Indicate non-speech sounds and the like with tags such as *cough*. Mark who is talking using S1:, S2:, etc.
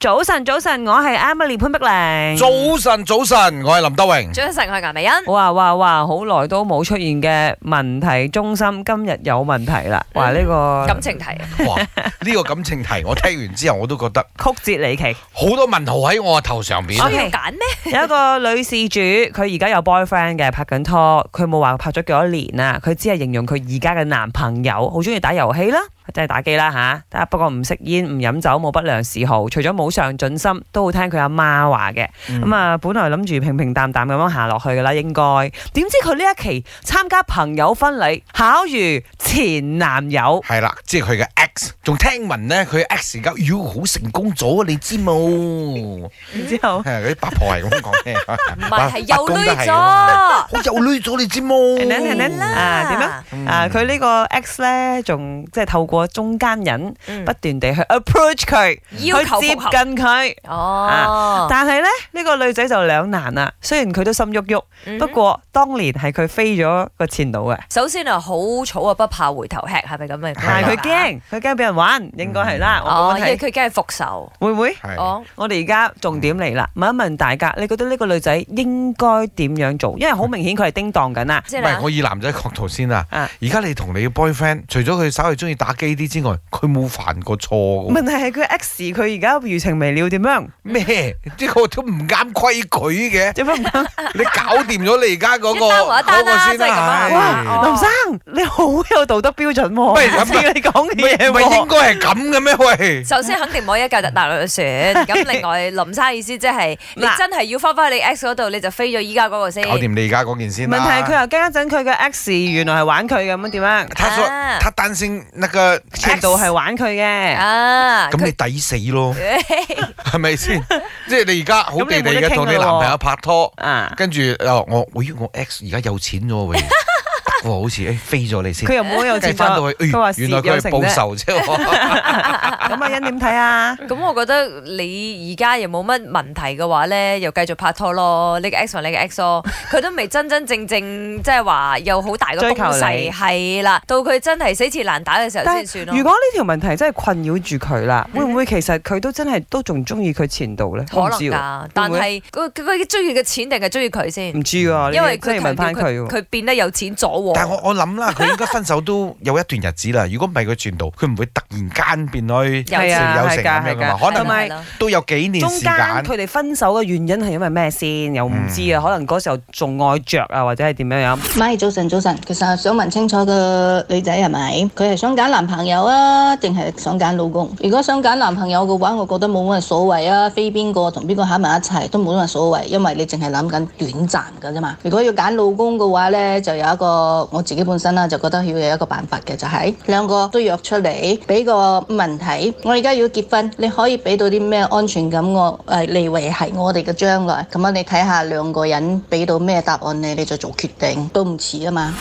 S1: 早晨，早晨，我係 Emily 潘碧玲。
S2: 早晨，早晨，我係林德榮。
S3: 早晨，我係顏美欣。
S1: 哇哇哇！好耐都冇出現嘅問題中心，今日有問題啦！哇，呢、
S3: 感情題，
S2: 哇，呢個感情題我聽完之後，我都覺得
S1: 個曲折離奇。
S2: 好多問號喺我頭上邊。
S1: OK
S3: 需要揀咩？
S1: 有一個女事主，佢而家有 boyfriend 嘅，拍緊拖，佢冇話拍咗幾多年啦，佢只係形容佢而家嘅男朋友好中意打遊戲啦，即係打機啦吓，但係不過唔食煙、唔飲酒、冇不良嗜好，除咗冇上進心，都好聽佢阿媽話嘅。咁啊、本來諗住平平淡淡咁樣行落去噶啦，應該點知佢呢一期參加朋友婚禮，巧遇前男友。
S2: 係啦，即係佢嘅 X，仲聽聞咧，佢 X 而家妖好成功咗，你知冇？
S3: 哦
S1: 然之
S2: *laughs*
S1: 後，
S2: 係嗰啲八婆係咁講嘅，
S3: *laughs* 唔係係
S2: 八
S3: 又
S2: 公都
S3: 女
S2: 係啊
S3: 咗。
S2: 好有女咗，你知冇？
S1: 等等等等啊點啊
S2: 嗯
S1: 啊佢呢個 X 咧，仲即係透過中間人。
S3: 嗯
S1: 不斷地去 approach 佢，
S3: 要求啊
S1: 去接
S3: 復合。
S1: 近佢。
S3: 哦，
S1: 但係咧，呢、個女仔就兩難啦。雖然佢都心喐喐，
S3: 但
S1: 不過當年係佢飛咗個前度嘅，
S3: 首先啊，好草啊，不怕回頭吃，係咪咁
S2: 係
S3: 嘅？
S1: 但係佢。驚，佢驚俾人
S2: 嗯
S1: 玩，應該係啦。我
S3: 哦，
S1: 冇
S3: 因
S1: 問
S3: 為
S1: 題，
S3: 佢梗係復仇。
S1: 會唔會？
S2: 係
S3: 哦，
S1: 我哋而家重點嚟啦，問一問大家，你覺得呢個女仔應該點樣做？因為好明顯佢係叮當緊啊。
S3: 即
S2: 唔
S3: 係
S2: 係
S3: 啦
S2: 我。以男仔角度先啊，
S1: 啊
S2: 而家你同你嘅 boyfriend，除咗佢稍微中意打機啲之外，佢冇犯過錯㗎喎
S1: 問題係佢 X 佢而家餘情未了點樣？
S2: 咩？呢個都唔啱規矩嘅。
S1: 點樣？
S2: 你搞掂咗你而家嗰個
S3: 一單還一
S2: 嗰
S3: 單
S2: 個
S3: 啦
S2: 先啦，
S3: 真係咁啊
S2: 唉
S3: *laughs* 哇
S1: 林生，你好有道德標準喎、
S2: 喂咁啊
S1: 唔知你講
S2: 唔係
S1: 嘅嘢
S2: 唔係應
S1: 喎。
S2: 該係咁嘅咩？喂，
S3: 首先肯定唔可以一教大女船，
S1: *laughs*
S3: 咁另外林生意思即係你
S1: 嗱
S3: 真係要翻返去你 X 嗰度，你就飛咗依家嗰個先。
S2: 搞掂你而家嗰件先啊啦。
S1: 問題係佢又驚一陣佢嘅 X 原來係玩佢嘅咁樣點
S2: *laughs*
S1: 樣？
S2: 他說
S3: 啊
S2: 他擔心那個
S1: 全度係玩佢嘅，
S3: 啊，
S2: 咁
S3: 佢
S2: 你抵死
S3: *laughs*
S2: 咯，
S3: 哎
S2: 係咪先？即係你而家好地地嘅同你男朋友拍拖，
S1: 啊，
S2: 跟住哦我喂我 ex 而家有錢咗
S3: *laughs*
S2: 喂，得喎好似誒飛咗你先
S1: 佢，又冇有
S2: 跟
S1: 錢
S2: 住翻到
S1: 咗，
S2: 去，哎
S1: 佢話
S2: 原來
S1: 事
S2: 佢
S1: 有
S2: 係
S1: 成
S2: 報
S1: 啫。
S2: 仇啫喎。
S1: *laughs* 咁阿欣點睇啊？
S3: 咁我覺得你而家又冇乜問題嘅話咧，又繼續拍拖咯，你嘅 ex 同你嘅 ex 咯， *laughs* 佢都未真真正正即係話有好大嘅
S1: 追
S3: 攻
S1: 求你
S3: 勢，係啦，到佢真係死纏爛打嘅時候
S1: 但
S3: 先
S1: 係
S3: 算
S1: 如
S3: 咯。
S1: 果呢條問題真係困擾住佢啦，會唔會其實佢都真係都仲中意佢前度咧？
S3: 可
S1: 我唔
S3: 能
S1: 知喎，
S3: 㗎，但
S1: 會唔
S3: 係佢佢佢中意嘅錢定係中意佢先？
S1: 唔知喎，
S3: 因為
S1: 真
S3: 佢
S1: 係問
S3: 強
S1: 翻
S3: 調
S1: 佢
S3: 佢
S1: 喎。
S3: 佢變得有錢咗
S1: 哦
S3: 喎。
S2: 但係我我諗啦， *laughs* 佢應該分手都有一段日子啦。如果唔係佢轉到，佢唔會突然間變去
S3: 有
S1: 係啊
S2: 有成
S1: 係㗎
S2: 咁樣
S1: 係
S2: 㗎嘛
S1: 㗎，
S2: 可能
S3: 係
S1: 同
S3: 啦
S1: 埋
S3: 係啦
S2: 都有幾年
S1: 中
S2: 時
S1: 間
S2: 間。嗯
S1: 佢哋分手嘅原因係因為咩先？又唔知啊，可能嗰時候仲愛着啊，或者係點樣樣。
S4: 咪早晨早晨，其實想問清楚個女仔係咪？佢係想揀男朋友啊，定係想揀老公？如果想揀男朋友嘅話，我覺得冇乜所謂啊，非邊個同邊個喺埋一齊都冇乜所謂，因為你淨係諗緊短暫㗎啫嘛。如果要揀老公嘅話呢，就有一個我自己本身啦，就覺得要有一個辦法嘅，就係、兩個都約出嚟，俾個問題，我而家要結婚，你可以俾到啲咩安全感我誒嚟維係我哋嘅將來？咁樣你睇下兩個人俾到咩答案你，你就做決定，都唔遲啊嘛。